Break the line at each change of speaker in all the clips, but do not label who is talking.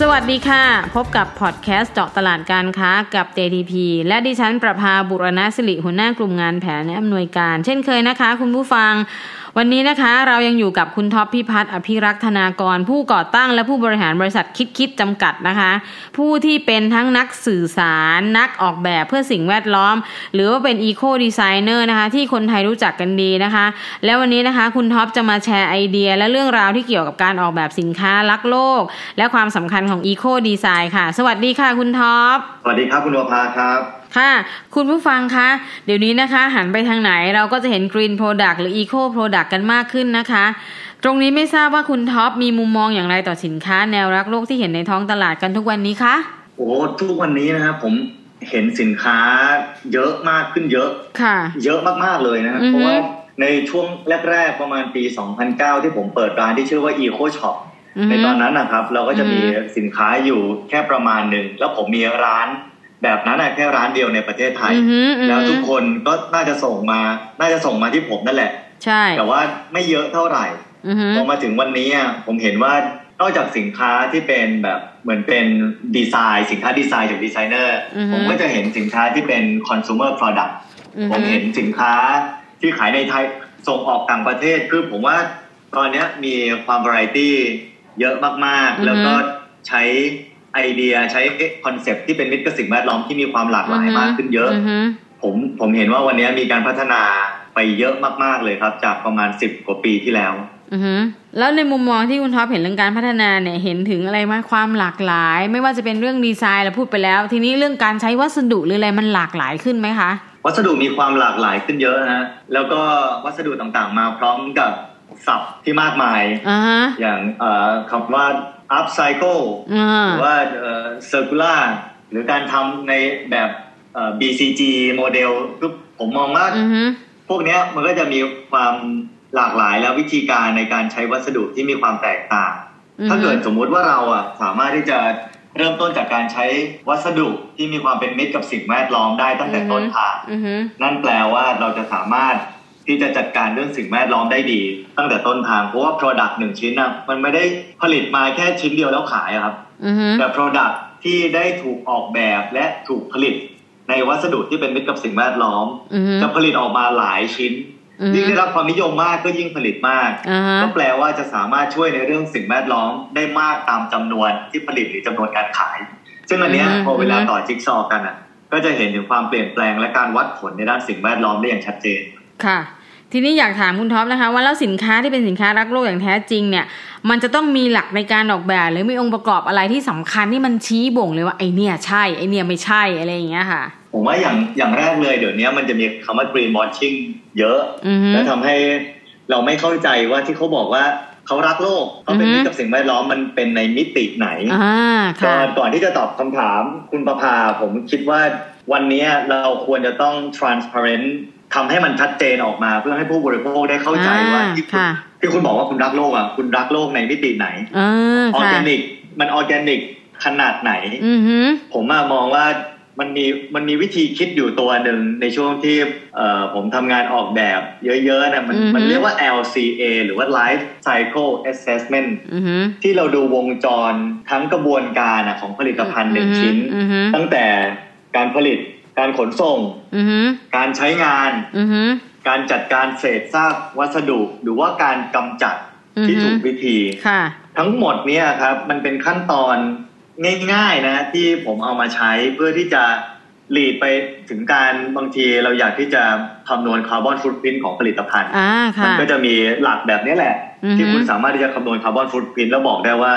สวัสดีค่ะ พบกับพอดแคสต์เจาะตลาดการค้ากับ JTP และดิฉันประภาบุรณสิริหัวหน้ากลุ่มงานแผนและอำนวยการ เช่นเคยนะคะ คุณผู้ฟัง วันนี้นะคะเรายังอยู่กับคุณท็อปพิพัฒน์อภิรักษ์ธนากร ผู้ก่อตั้งและผู้บริหารบริษัทคิดคิดจำกัดนะคะ ผู้ที่เป็นทั้งนักสื่อสารนักออกแบบเพื่อสิ่งแวดล้อม หรือว่าเป็นอีโคดีไซเนอร์นะคะ ที่คนไทยรู้จักกันดีนะคะ แล้ววันนี้นะคะคุณท็อปจะมาแชร์ไอเดีย และเรื่องราวที่เกี่ยวกับการออกแบบสินค้ารักโลก และความสำคัญของอีโคดีไซน์ค่ะ สวัสดีค่ะคุณท็อป
สวัสดีครับคุณวภาครับ
ค่ะ คุณผู้ฟังคะ เดี๋ยวนี้นะคะ หันไปทางไหนเราก็จะเห็น Green Product หรือ Eco Product กันมากขึ้นนะคะ ตรงนี้ไม่ทราบว่าคุณท็อปมีมุมมองอย่างไรต่อสินค้าแนวรักโลกที่เห็นในท้องตลาดกันทุกวันนี้คะ
โอ้โหทุกวันนี้นะครับผมเห็นสินค้าเยอะมากขึ้นเยอะ
ค่ะ
เยอะมากๆเลยนะครับ
อือฮึ
เพราะว่าในช่วงแรก ๆ ประมาณปี 2009 ที่ผมเปิดร้านที่ชื่อว่า Eco Shop
อือ
ใน
ฮึ
ตอนนั้นนะครับ เราก็จะมี
อือฮึ
สินค้าอยู่แค่ประมาณหนึ่ง แล้วผมมีร้านแบบนั้นนะแค่ร้านเดียวในประเทศไทย
อือฮึอือฮึ
แล้วทุกคนก็น่าจะส่งมา น่าจะส่งมาที่ผมนั่นแหละ
ใช่
แต่ว่าไม่เยอะเท่าไหร่
อือฮึ
พอมาถึงวันนี้อะผมเห็นว่านอกจากสินค้าที่เป็นแบบเหมือนเป็นดีไซน์ สินค้าดีไซน์จากดีไซเนอร์
อือฮึ
ผมก็จะเห็นสินค้าที่เป็น consumer product
อือ
ผม
ฮึ
เห็นสินค้าที่ขายในไทยส่งออกต่างประเทศ คือผมว่าตอนเนี้ยมีความ variety เยอะมาก ๆ แล้วก็ใช้ไอเดียใช้คอนเซปที่เป็นมิตรกับสิ่งแวดล้อมที่มีความหลากหลายมากขึ้นเยอะ
อือฮึ
ผมผมเห็นว่าวันนี้มีการพัฒนาไปเยอะมาก ๆ เลยครับ จากประมาณ 10 กว่าปีที่แล้ว
อือฮึแล้วในมุมมองที่คุณท็อปเห็นเรื่องการพัฒนาเนี่ยเห็นถึงอะไรมากความหลากหลาย ไม่ว่าจะเป็นเรื่องดีไซน์เราพูดไปแล้ว ทีนี้เรื่องการใช้วัสดุหรืออะไรมันหลากหลายขึ้นไหมคะ
วัสดุมีความหลากหลายขึ้นเยอะนะฮะ แล้วก็วัสดุต่างๆ มาพร้อมกับศัพท์ที่มากมาย
อ่าฮะ
อย่างเอ่อคำว่า upcycle
อ่า
หรือว่าเอ่อ circular หรือการทำในแบบเอ่อ BCG โมเดลคือผมมองว่า
อือฮึ
พวกเนี้ยมันก็จะมีความหลากหลายและวิธีการในการใช้วัสดุที่มีความแตกต่าง
อือฮึ
ถ้าเกิดสมมุติว่าเราอ่ะสามารถที่จะเริ่มต้นจากการใช้วัสดุที่มีความเป็นมิตรกับสิ่งแวดล้อมได้ตั้งแต่ต้นทาง
อือฮึ
นั่นแปลว่าเราจะสามารถที่จะจัดการเรื่องสิ่งแวดล้อมได้ดี ตั้งแต่ต้นทาง เพราะว่า Product หนึ่งชิ้นนะมันไม่ได้ผลิตมาแค่ชิ้นเดียวแล้วขายอะครับ
อือฮึ
แต่ Product ที่ได้ถูกออกแบบและถูกผลิต ในวัสดุที่เป็นมิตรกับสิ่งแวดล้อม
อือฮึ
จะผลิตออกมาหลายชิ้น
อือฮึ
ยิ่งได้รับความนิยมมากก็ยิ่งผลิตมาก
อ่าฮะ
ก็แปลว่าจะสามารถช่วยในเรื่องสิ่งแวดล้อมได้มากตามจำนวนที่ผลิตหรือจำนวนการขาย ซึ่งอันเนี้ยพอเวลาต่อจิ๊กซอว์กันอ่ะ ก็จะเห็นถึงความเปลี่ยนแปลงและการวัดผลในด้านสิ่งแวดล้อมได้อย่างชัดเจน
ค่ะ ทีนี้อยากถามคุณท็อปนะคะ ว่าแล้วสินค้าที่เป็นสินค้ารักโลกอย่างแท้จริงเนี่ย มันจะต้องมีหลักในการออกแบบ หรือมีองค์ประกอบอะไรที่สำคัญที่มันชี้บ่งเลยว่าไอเนี่ยใช่ไอเนี่ยไม่ใช่อะไรอย่างเงี้ยค่ะ
ผมว่าอย่างอย่างแรกเลยเดี๋ยวนี้มันจะมีคำว่า green washing เยอะ
อือฮึ
แล้วทำให้เราไม่เข้าใจว่าที่เขาบอกว่าเขารักโลกเขาเป็น
อือฮึ
มิตรกับสิ่งแวดล้อมมันเป็นในมิติไหน
อ่า
ก่
ค่ะ
อนก่อนที่จะตอบคำถามคุณประภา ผมคิดว่าวันนี้เราควรจะต้อง transparent ทำให้มันชัดเจนออกมา เพื่อให้ผู้บริโภคได้เข้าใจว่า
อ่า
ที่คุณ
ค่ะ
ที่คุณบอกว่าคุณรักโลกอ่ะคุณรักโลกในมิติไหน
เออ
ออร์
ค่ะ
แกนิก มันออร์แกนิกขนาดไหน
อือฮึ
ผมอะมองว่ามันมีมันมีวิธีคิดอยู่ตัวหนึ่งในช่วงที่เอ่อผมทำงานออกแบบเยอะๆนะมันมันเรียกว่า LCA หรือว่า Life Cycle Assessment
อือฮึ
ที่เราดูวงจรทั้งกระบวนการอะของผลิตภัณฑ์หนึ่งชิ้น
อือฮึ
ตั้งแต่การผลิตการขนส่ง
อือฮึ
การใช้งาน
อือฮึ
การจัดการเศษซากวัสดุ หรือว่าการกำจัดที่
อือฮึ
ถูกวิธี
ค่ะ
ทั้งหมดเนี่ยครับมันเป็นขั้นตอนง่ายๆนะที่ผมเอามาใช้เพื่อที่จะหลีดไปถึงการบางทีเราอยากที่จะคำนวณคาร์บอนฟุตพิ้นของผลิตภัณฑ์
อ่า
มั
ค่ะ
ก็จะมีหลักแบบนี้แหละ
อือฮึ
ที่คุณสามารถที่จะคำนวณคาร์บอนฟุตพิ้นแล้วบอกได้ว่า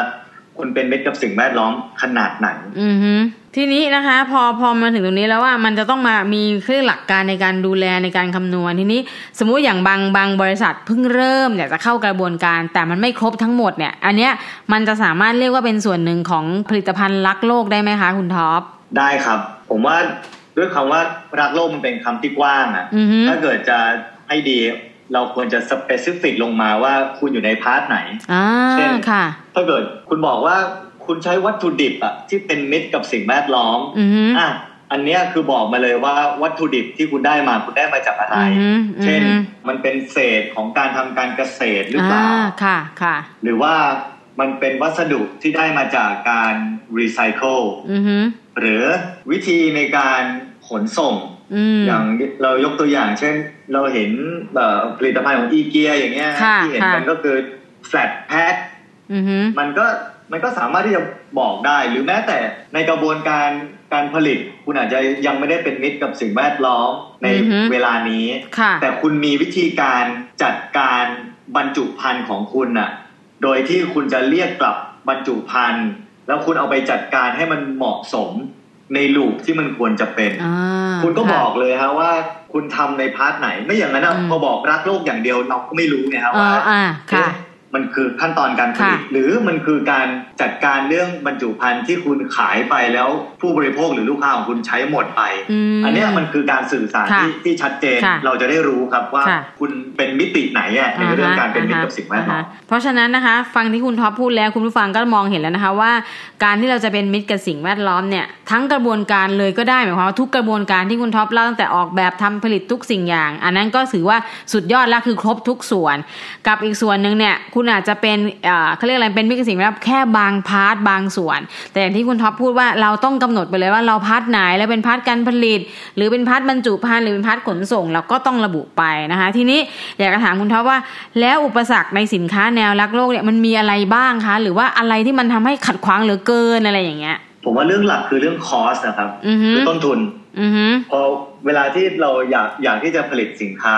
คุณเป็นเม็ดกับสิ่งแวดล้อมขนาดไหน
อือฮึทีนี้นะคะพอพอมาถึงตรงนี้แล้วว่ามันจะต้องมามีเครื่องหลักการในการดูแลในการคำนวณทีนี้ สมมุติอย่างบางบางบริษัทเพิ่งเริ่มอยากจะเข้ากระบวนการ แต่มันไม่ครบทั้งหมดเนี่ย อันเนี้ยมันจะสามารถเรียกว่าเป็นส่วนหนึ่งของผลิตภัณฑ์รักโลกได้ไหมคะคุณท็อป
ได้ครับ ผมว่าด้วยคำว่ารักโลกมันเป็นคำที่กว้างอะ
อือฮึ
ถ้าเกิดจะ ให้ดี เราควรจะสเปซิฟิกลงมาว่าคุณอยู่ในพาร์ทไหน
อ่า
เช่น
ค่ะ
ถ้าเกิดคุณบอกว่าคุณใช้วัตถุดิบอะที่เป็นมิตรกับสิ่งแวดล้อม
อือฮึ
อ่ะอันเนี้ยคือบอกมาเลยว่าวัตถุดิบที่คุณได้มาคุณได้มาจากอะไร
อือฮึ
เช่น
อือฮึ
มันเป็นเศษของการทำการเกษตรหรือเปล่า
ค่ะค่ะ
หรือว่ามันเป็นวัสดุที่ได้มาจากการรีไซเคิล
อือฮึ
หรือวิธีในการขนส่ง
อืม
อย่างเรายกตัวอย่างเช่น เราเห็นเอ่อผลิตภัณฑ์ของอีเกียอย่างเงี้ย
ค่ะ
ที่เห็น
ค่ะ
กันก็คือ flat pack
อือฮึ
มันก็มันก็สามารถที่จะบอกได้ หรือแม้แต่ในกระบวนการการผลิต คุณอาจจะยังไม่ได้เป็นมิตรกับสิ่งแวดล้อมในเวลานี้
ค่ะ
แต่คุณมีวิธีการจัดการบรรจุภัณฑ์ของคุณน่ะ โดยที่คุณจะเรียกกลับบรรจุภัณฑ์ แล้วคุณเอาไปจัดการให้มันเหมาะสมในลูปที่มันควรจะเป็น
อ่า
คุณก็บ
ะ
อกเลยฮะว่าคุณทำในพาร์ทไหน ไม่อย่างนั้นอะ
อืม
พอบอกรักโลกอย่างเดียวเราก็ไม่รู้ไงฮะ
เอ
ว่า
ออ่าค่ะ
เอ๊ะมันคือขั้นตอนการผลิต
ค่ะ
หรือมันคือการจัดการเรื่องบรรจุภัณฑ์ที่คุณขายไปแล้วผู้บริโภคหรือลูกค้าของคุณใช้หมดไป
ม
อันเนี้ยมันคือการสื่อสาร
ค่ะ
ที่ที่ชัดเจน
ค่ะ
เราจะได้รู้ครับว่า
ค่ะ
คุณเป็นมิติไหนอะในเรื่องการเป็นมิตรกับสิ่งแวดล้อ
าม ฮะเพราะฉะนั้นนะคะ ฟังที่คุณท็อปพูดแล้วคุณผู้ฟังก็มองเห็นแล้วนะคะว่า การที่เราจะเป็นมิตรกับสิ่งแวดล้อมเนี่ยทั้งกระบวนการเลยก็ได้หมายความว่าทุกกระบวนการที่คุณท็อปเล่าตั้งแต่ออกแบบทำผลิตทุกสิ่งอย่าง อันนั้นก็ถือว่าสุดยอดละคือครบทุกส่วน กับอีกส่วนหนึ่งเนี่ยคุณอาจจะเป็นเอ่อเขาเรียกอะไรเป็นมิตรกับสิ่งแวดล้อมแค่บางพาร์ทบางส่วน แต่อย่างที่คุณท็อปพูดว่าเราต้องกำหนดไปเลยว่าเราพาร์ทไหนแล้วเป็นพาร์ทการผลิต หรือเป็นพาร์ทบรรจุภัณฑ์หรือเป็นพาร์ทขนส่งเราก็ต้องระบุไปนะคะ ทีนี้อยากจะถามคุณท็อปว่า แล้วอุปสรรคในสินค้าแนวรักโลกเนี่ยมันมีอะไรบ้างคะ หรือว่าอะไรที่มันทำให้ขัดขวางเหลือเกินอะไรอย่างเงี้ย
ผมว่าเรื่องหลักคือเรื่องคอสนะครับ
อือฮึ
คือต้นทุน
อือฮึ
พอเวลาที่เราอยากอยากที่จะผลิตสินค้า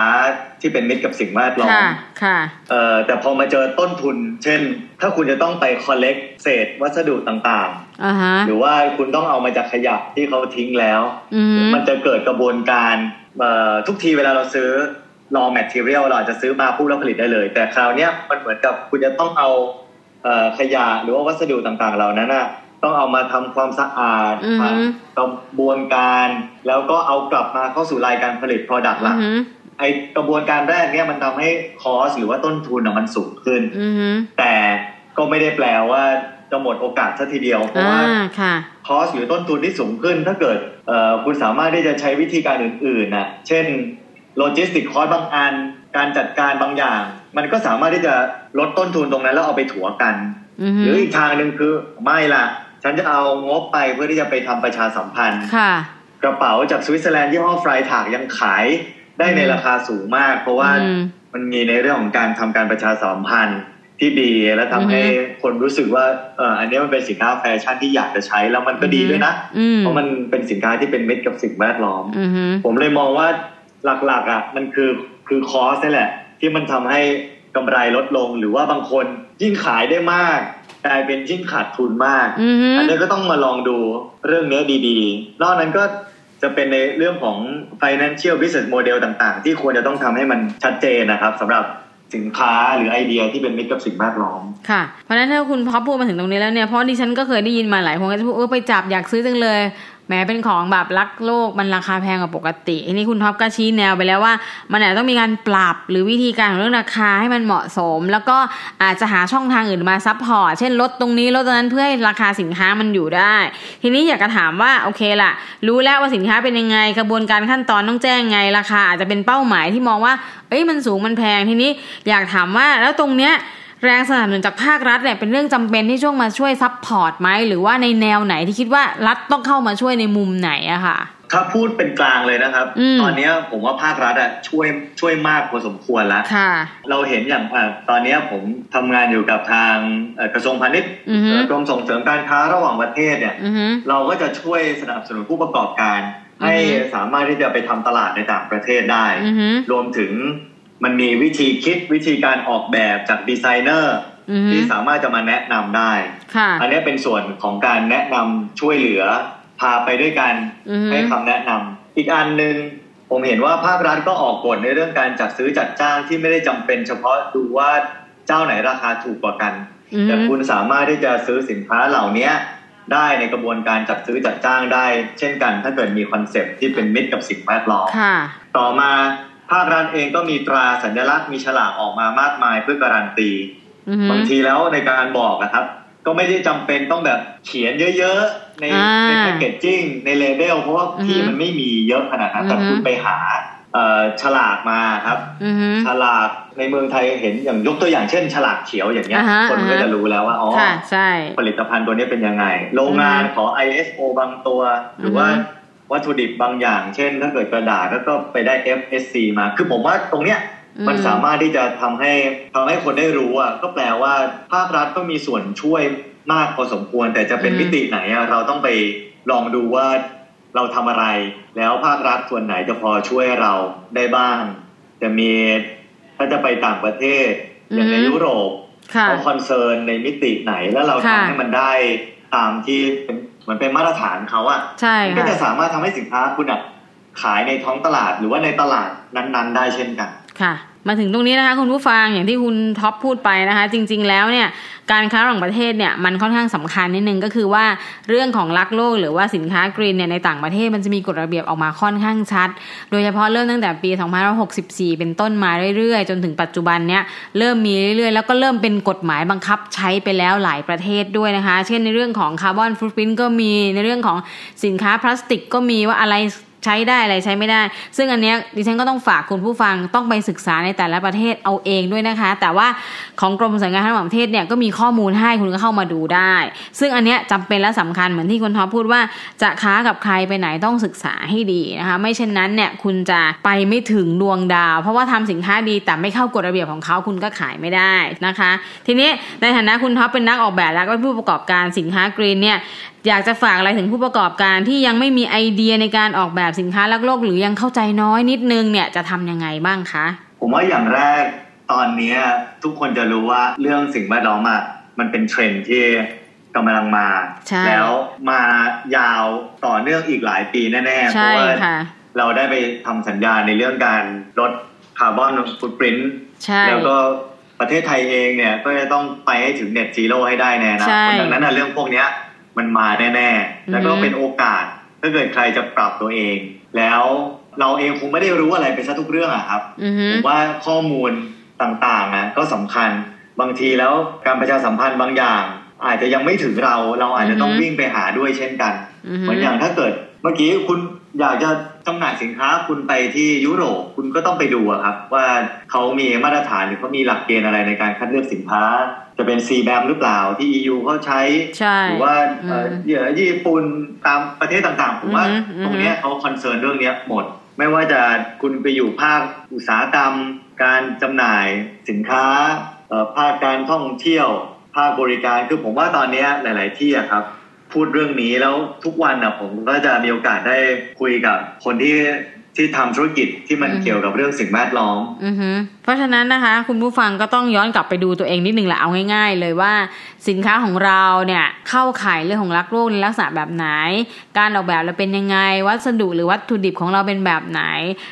ที่เป็นมิตรกับสิ่งแวดล้อม
ค่ะ ค่ะ
เอ่อแต่พอมาเจอต้นทุน เช่น ถ้าคุณจะต้องไป collect เศษวัสดุต่าง
อ่าฮะ
ๆ หรือว่าคุณต้องเอามาจากขยะที่เขาทิ้งแล้ว
อือฮึ
มันจะเกิดกระบวนการเอ่อทุกทีเวลาเราซื้อ raw material เราอาจจะซื้อมาปุ๊บแล้วผลิตได้เลย แต่คราวเนี้ยมันเหมือนกับคุณจะต้องเอาเอ่อขยะหรือว่าวัสดุต่างๆ เหล่านั้นนะต้องเอามาทำความสะอาด
อือฮึ
ผ่านกระบวนการ แล้วก็เอากลับมาเข้าสู่รายการผลิต product ห
อื
ลั
อก ฮึ
ไอกระบวนการแรกเนี่ยมันทำให้คอสหรือว่าต้นทุนอะมันสูงขึ้น
อือฮึ
แต่ก็ไม่ได้แปลว่าจะหมดโอกาสซะทีเดียว เพราะ
อ่า
ว่า
ค่ะ
คอสหรือต้นทุนที่สูงขึ้น ถ้าเกิดเอ่อคุณสามารถที่จะใช้วิธีการอื่นๆนะเช่นโลจิสติกคอสบางอัน การจัดการบางอย่าง มันก็สามารถที่จะลดต้นทุนตรงนั้นแล้วเอาไปถัวกัน
อือฮึ
หรืออีกทางหนึ่งคือไม่ละฉันจะเอางบไปเพื่อที่จะไปทำประชาสัมพันธ์
ค่ะ
กระเป๋าจากสวิตเซอร์แลนด์ยี่ห้อฟรายถากยังขายได้ในราคาสูงมาก เพราะว่า
อืม
มันมีในเรื่องของการทำการประชาสัมพันธ์ที่ดี และทำให้
อือฮึ
คนรู้สึกว่าเอออันนี้มันเป็นสินค้าแฟชั่นที่อยากจะใช้แล้วมันก็ดีด้วยนะ
อืม
เพราะมันเป็นสินค้าที่เป็นมิตรกับสิ่งแวดล้อม
อือฮึ
ผมเลยมองว่าหลักๆอ่ะมันคือคือคอสนี่แหละ ที่มันทำให้กำไรลดลงหรือว่าบางคนยิ่งขายได้มากกลายเป็นยิ่งขาดทุนมาก
อือฮึ
อันนี้ก็ต้องมาลองดูเรื่องเนี้ยดีๆ นอกนั้นก็จะเป็นในเรื่องของ financial business model ต่างๆ ที่ควรจะต้องทำให้มันชัดเจนนะครับสำหรับสินค้าหรือไอเดียที่เป็นมิตรกับสิ่งแวดล้อม
ค่ะ เพราะฉะนั้นถ้าคุณท็อปพูดมาถึงตรงนี้แล้วเนี่ย เพราะดิฉันก็เคยได้ยินมาหลายคนก็จะพูดเออไปจับอยากซื้อจังเลย แหมเป็นของแบบรักโลกมันราคาแพงกว่าปกติอันนี้คุณท็อปก็ชี้แนวไปแล้วว่า มันอาจจะต้องมีการปรับหรือวิธีการของเรื่องราคาให้มันเหมาะสม แล้วก็อาจจะหาช่องทางอื่นมาซัพพอร์ตเช่นลดตรงนี้ลดตรงนั้นเพื่อให้ราคาสินค้ามันอยู่ได้ ทีนี้อยากจะถามว่าโอเคล่ะ รู้แล้วว่าสินค้าเป็นยังไงกระบวนการขั้นตอนต้องแจ้งไงราคาอาจจะเป็นเป้าหมายที่มองว่าเอ้ยมันสูงมันแพงทีนี้อยากถามว่าแล้วตรงเนี้ย แรงสนับสนุนจากภาครัฐเนี่ยเป็นเรื่องจำเป็นที่ช่วงมาช่วยซัพพอร์ตไหมหรือว่าในแนวไหนที่คิดว่ารัฐต้องเข้ามาช่วยในมุมไหนอะค่ะ
ถ้าพูดเป็นกลางเลยนะครับ
อืม
ตอนเนี้ยผมว่าภาครัฐอะช่วยช่วยมากพอสมควรแล้ว
ค่ะ
เราเห็นอย่างอ่ะตอนเนี้ยผมทำงานอยู่กับทางเอ่อกระทรวงพาณิชย์
อือฮึ
เอ่อกรมส่งเสริมการค้าระหว่างประเทศเนี่ย
อือฮึ
เราก็จะช่วยสนับสนุนผู้ประกอบการ ให้
อือฮึ
สามารถที่จะไปทำตลาดในต่างประเทศได้
อือฮึ
รวมถึงมันมีวิธีคิดวิธีการออกแบบจากดีไซเนอร์
อือฮึ
ที่สามารถจะมาแนะนำได้
ค่ะ
อันนี้เป็นส่วนของการแนะนำช่วยเหลือ พาไปด้วยกัน
อือฮึ
ให้คำแนะนำอีกอันหนึ่งผมเห็นว่าภาครัฐก็ออกกฎในเรื่องการจัดซื้อจัดจ้างที่ไม่ได้จำเป็น เฉพาะดูว่าเจ้าไหนราคาถูกกว่ากัน
อือ
แต่
ฮึ
คุณสามารถที่จะซื้อสินค้าเหล่านี้ได้ในกระบวนการจัดซื้อจัดจ้างได้ เช่นกัน ถ้าเกิดมีคอนเซปต์ที่เป็นมิตรกับสิ่งแวดล้อม
ค่ะ
ต่อมา ภาครัฐเองก็มีตราสัญลักษณ์มีฉลากออกมามากมายเพื่อการันตี
อือฮึ
บางทีแล้วในการบอกนะครับ ก็ไม่ได้จำเป็นต้องแบบเขียนเยอะๆ ใน
อ่า
ในแพคเกจจิ้งในเลเบลเพราะว่า
อือฮึ
ที่มันไม่มีเยอะขนาดนั้นแต่
อือฮึ
คุณไปหาเอ่อฉลากมาครับ
อือฮึ
ฉลากในเมืองไทยเห็นอย่างยกตัวอย่างเช่น ฉลากเขียวอย่างเงี้ย
อ่าฮะ
คนก็
อ่าฮะ
จะรู้แล้วว่าอ๋อ
ค่ะใช่
ผลิตภัณฑ์ตัวนี้เป็นยังไง โรงงานขอ ISO บางตัว หรือว่า
อือฮึ
วัตถุดิบบางอย่าง เช่น ถ้าเกิดกระดาษแล้วก็ไปได้ FSC มา คือผมว่าตรงเนี้ยมันสามารถที่จะทำให้ทำให้คนได้รู้อ่ะก็แปลว่าภาครัฐก็มีส่วนช่วยมากพอสมควร แต่จะเป็นมิติไหนอะเราต้องไปลองดูว่าเราทำอะไร แล้วภาครัฐส่วนไหนจะพอช่วยเราได้บ้าง จะมีถ้าจะไปต่างประเทศอย่างในยุโรป
ค่ะ
เขาคอนเซิร์นในมิติไหนแล้วเรา
ค่ะ
ทำให้มันได้ตามที่เป็นเหมือนเป็นมาตรฐานเขาอะ
ใช่
่ะก็
ค่ะ
จะสามารถทำให้สินค้าคุณอะขายในท้องตลาดหรือว่าในตลาดนั้นๆ ได้เช่นกัน
ค่ะ มาถึงตรงนี้นะคะคุณผู้ฟังอย่างที่คุณท็อปพูดไปนะคะ จริง ๆ แล้วเนี่ยการค้าระหว่างประเทศเนี่ยมันค่อนข้างสำคัญนิดนึงก็คือว่าเรื่องของลักโลกหรือว่าสินค้ากรีนเนี่ยในต่างประเทศมันจะมีกฎระเบียบออกมาค่อนข้างชัด โดยเฉพาะเริ่มตั้งแต่ปี 2564 เป็นต้นมาเรื่อยๆ จนถึงปัจจุบันเนี่ยเริ่มมีเรื่อยๆ แล้วก็เริ่มเป็นกฎหมายบังคับใช้ไปแล้วหลายประเทศด้วยนะคะ เช่นในเรื่องของคาร์บอนฟุตพิ้นก็มีในเรื่องของสินค้าพลาสติกก็มีว่าอะไร ใช้ได้อะไรใช้ไม่ได้ ซึ่งอันเนี้ยดิฉันก็ต้องฝากคุณผู้ฟังต้องไปศึกษาในแต่ละประเทศเอาเองด้วยนะคะ แต่ว่าของกรมส่งเสริมการค้าระหว่างประเทศเนี่ยก็มีข้อมูลให้คุณก็เข้ามาดูได้ ซึ่งอันเนี้ยจำเป็นและสำคัญเหมือนที่คุณท็อปพูดว่าจะค้ากับใครไปไหนต้องศึกษาให้ดีนะคะ ไม่เช่นนั้นเนี่ยคุณจะไปไม่ถึงดวงดาว เพราะว่าทำสินค้าดีแต่ไม่เข้ากฎระเบียบของเขาคุณก็ขายไม่ได้นะคะ ทีนี้ในฐานะคุณท็อปเป็นนักออกแบบและก็เป็นผู้ประกอบการสินค้ากรีนเนี่ย อยากจะฝากอะไรถึงผู้ประกอบการที่ยังไม่มีไอเดียในการออกแบบสินค้ารักโลกหรือยังเข้าใจน้อยนิดนึงเนี่ยจะทำยังไงบ้างคะ
ผมว่าอย่างแรกตอนเนี้ยทุกคนจะรู้ว่าเรื่องสิ่งแวดล้อมอะมันเป็นเทรนด์ที่กำลังมา
ใช่
แล้วมายาวต่อเนื่องอีกหลายปีแน่ๆเพ
ใช่
ราะว่า
ค่ะ
เราได้ไปทำสัญญาในเรื่องการลดคาร์บอนฟุตปริน
ใช่
แล้วก็ประเทศไทยเองเนี่ยก็จะต้องไปให้ถึงเน็ตซีโร่ให้ได้แน่นะ
ใช่
ดังนั้นนะเรื่องพวกเนี้ยมันมาแน่
อื
ๆ
ม
แล้วก็เป็นโอกาสถ้าเกิดใครจะปรับตัวเอง แล้วเราเองคงไม่ได้รู้อะไรไปซะทุกเรื่องอะครับ
อือฮึ
ผมว่าข้อมูลต่างๆนะก็สำคัญบางทีแล้วการประชาสัมพันธ์บางอย่าง อาจจะยังไม่ถึงเราเราอาจจะต้องวิ่งไปหาด้วยเช่นกัน
ฮึ
เหมือนอย่างถ้าเกิดเมื่อกี้คุณอยากจะจำหน่ายสินค้าคุณไปที่ยุโรปคุณก็ต้องไปดูอะครับ ว่าเขามีมาตรฐานหรือเขามีหลักเกณฑ์อะไรในการคัดเลือกสินค้า จะเป็น c b a m หรือเปล่าที่ EU เขาใช้
ใช่
หรือว่าเอ่อ
อืม
เอ่อญี่ปุ่นตามประเทศต่างๆผมว่า
อือฮึ
ตรงเนี้ยเขาคอนเซิร์นเรื่องเนี้ยหมด ไม่ว่าจะคุณไปอยู่ภาคอุตสาหกรรม การจำหน่ายสินค้าเอ่อภาคการท่องเที่ยว ภาคบริการคือผมว่าตอนเนี้ยหลาย ๆ ที่อะครับ พูดเรื่องนี้แล้วทุกวันนะผมก็จะมีโอกาสได้คุยกับคนที่ที่ทำธุรกิจที่มัน
อือฮึ
เกี่ยวกับเรื่องสิ่งแวดล้อม
อือฮึเพราะฉะนั้นนะคะ คุณผู้ฟังก็ต้องย้อนกลับไปดูตัวเองนิดหนึ่งแหละเอาง่าย ๆ เลยว่าสินค้าของเราเนี่ยเข้าข่ายเรื่องของรักโลกในลักษณะแบบไหน การออกแบบเราเป็นยังไง วัสดุหรือวัตถุดิบของเราเป็นแบบไหน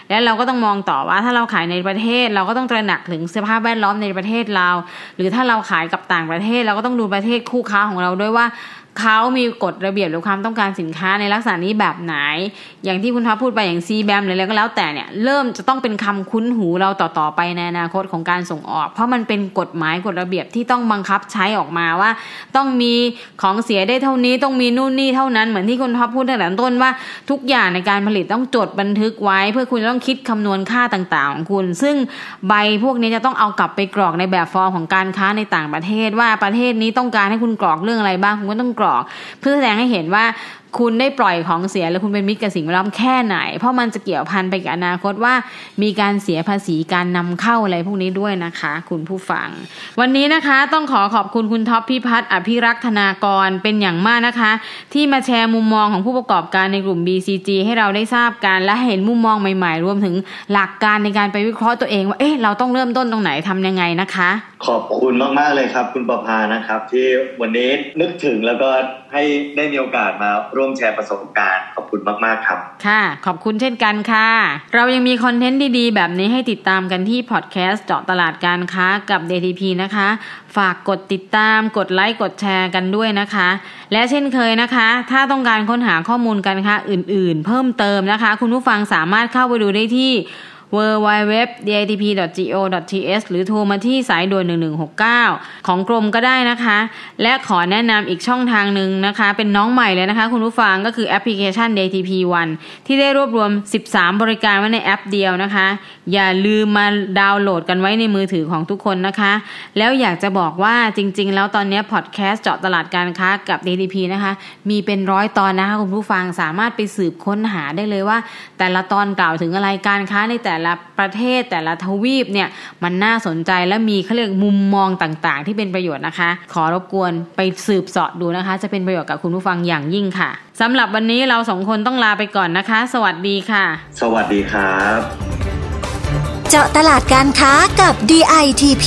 และเราก็ต้องมองต่อว่าถ้าเราขายในประเทศ เราก็ต้องตระหนักถึงสภาพแวดล้อมในประเทศเรา หรือถ้าเราขายกับต่างประเทศ เราก็ต้องดูประเทศคู่ค้าของเราด้วยว่า เขามีกฎระเบียบหรือความต้องการสินค้าในลักษณะนี้แบบไหน อย่างที่คุณท็อปพูดไปอย่างซีแบมหรืออะไรก็แล้วแต่เนี่ยเริ่มจะต้องเป็นคำคุ้นหูเราต่อๆไปในอนาคตของการส่งออก เพราะมันเป็นกฎหมายกฎระเบียบที่ต้องบังคับใช้ออกมาว่า ต้องมีของเสียได้เท่านี้ต้องมีนู่นนี่เท่านั้นเหมือนที่คุณท็อปพูดตั้งแต่ต้นว่า ทุกอย่างในการผลิตต้องจดบันทึกไว้ เพื่อคุณจะต้องคิดคำนวณค่าต่างๆของคุณ ซึ่งใบพวกนี้จะต้องเอากลับไปกรอกในแบบฟอร์มของการค้าในต่างประเทศ ว่าประเทศนี้ต้องการให้คุณกรอกเรื่องอะไรบ้างคุณก็ต้องกรอก เพื่อแสดงให้เห็นว่า คุณได้ปล่อยของเสียแล้วคุณเป็นมิตรกับสิ่งแวดล้อมแค่ไหน เพราะมันจะเกี่ยวพันไปกับอนาคตว่า มีการเสียภาษีการนำเข้าอะไรพวกนี้ด้วยนะคะ คุณผู้ฟัง วันนี้นะคะต้องขอขอบคุณคุณท็อปพิพัฒน์อภิรักษ์ธนากรเป็นอย่างมากนะคะ ที่มาแชร์มุมมองของผู้ประกอบการในกลุ่ม BCG ให้เราได้ทราบกันและเห็นมุมมองใหม่ๆ รวมถึงหลักการในการไปวิเคราะห์ตัวเองว่าเอ๊ะเราต้องเริ่มต้นตรงไหนทำยังไงนะคะ
ขอบคุณมาก ๆ เลยครับ คุณประภานะครับ ที่วันนี้นึกถึงแล้วก็ให้ได้มีโอกาสมาร่วมแชร์ประสบการณ์ ขอบคุณมาก ๆ ครับ
ค่ะ ขอบคุณเช่นกันค่ะ เรายังมีคอนเทนต์ดีๆ แบบนี้ให้ติดตามกันที่พอดแคสต์เจาะตลาดการค้ากับ DTP นะคะ ฝากกดติดตาม กดไลค์ กดแชร์กันด้วยนะคะ และเช่นเคยนะคะ ถ้าต้องการค้นหาข้อมูลการค้าอื่นๆ เพิ่มเติมนะคะ คุณผู้ฟังสามารถเข้าไปดูได้ที่ w w w d i t p g o t h หรือโทรมาที่สายด่วน 1169 ของกรมก็ได้นะคะ และขอแนะนำอีกช่องทางหนึ่งนะคะ เป็นน้องใหม่เลยนะคะ คุณผู้ฟังก็คือแอปพลิเคชัน DTP One ที่ได้รวบรวม 13 บริการไว้ในแอปเดียวนะคะ อย่าลืมมาดาวน์โหลดกันไว้ในมือถือของทุกคนนะคะ แล้วอยากจะบอกว่าจริง ๆ แล้วตอนนี้พอดแคสต์เจาะตลาดการค้ากับ DTP นะคะ มีเป็นร้อยตอนนะคะคุณผู้ฟังสามารถไปสืบค้นหาได้เลยว่า แต่ละตอนกล่าวถึงอะไรการค้าในแต่ละประเทศแต่ละทวีปเนี่ยมันน่าสนใจและมีเขาเรียกมุมมองต่างๆ ที่เป็นประโยชน์นะคะ ขอรบกวนไปสืบเสาะดูนะคะ จะเป็นประโยชน์กับคุณผู้ฟังอย่างยิ่งค่ะสำหรับวันนี้เราสองคนต้องลาไปก่อนนะคะ สวัสดีค่ะ
สวัสดีครับ
เจาะตลาดการค้ากับ DITP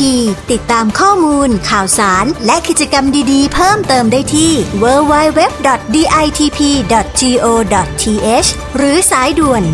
ติดตามข้อมูล ข่าวสาร และกิจกรรมดีๆ เพิ่มเติมได้ที่ www.ditp.go.th หรือสายด่วน 1169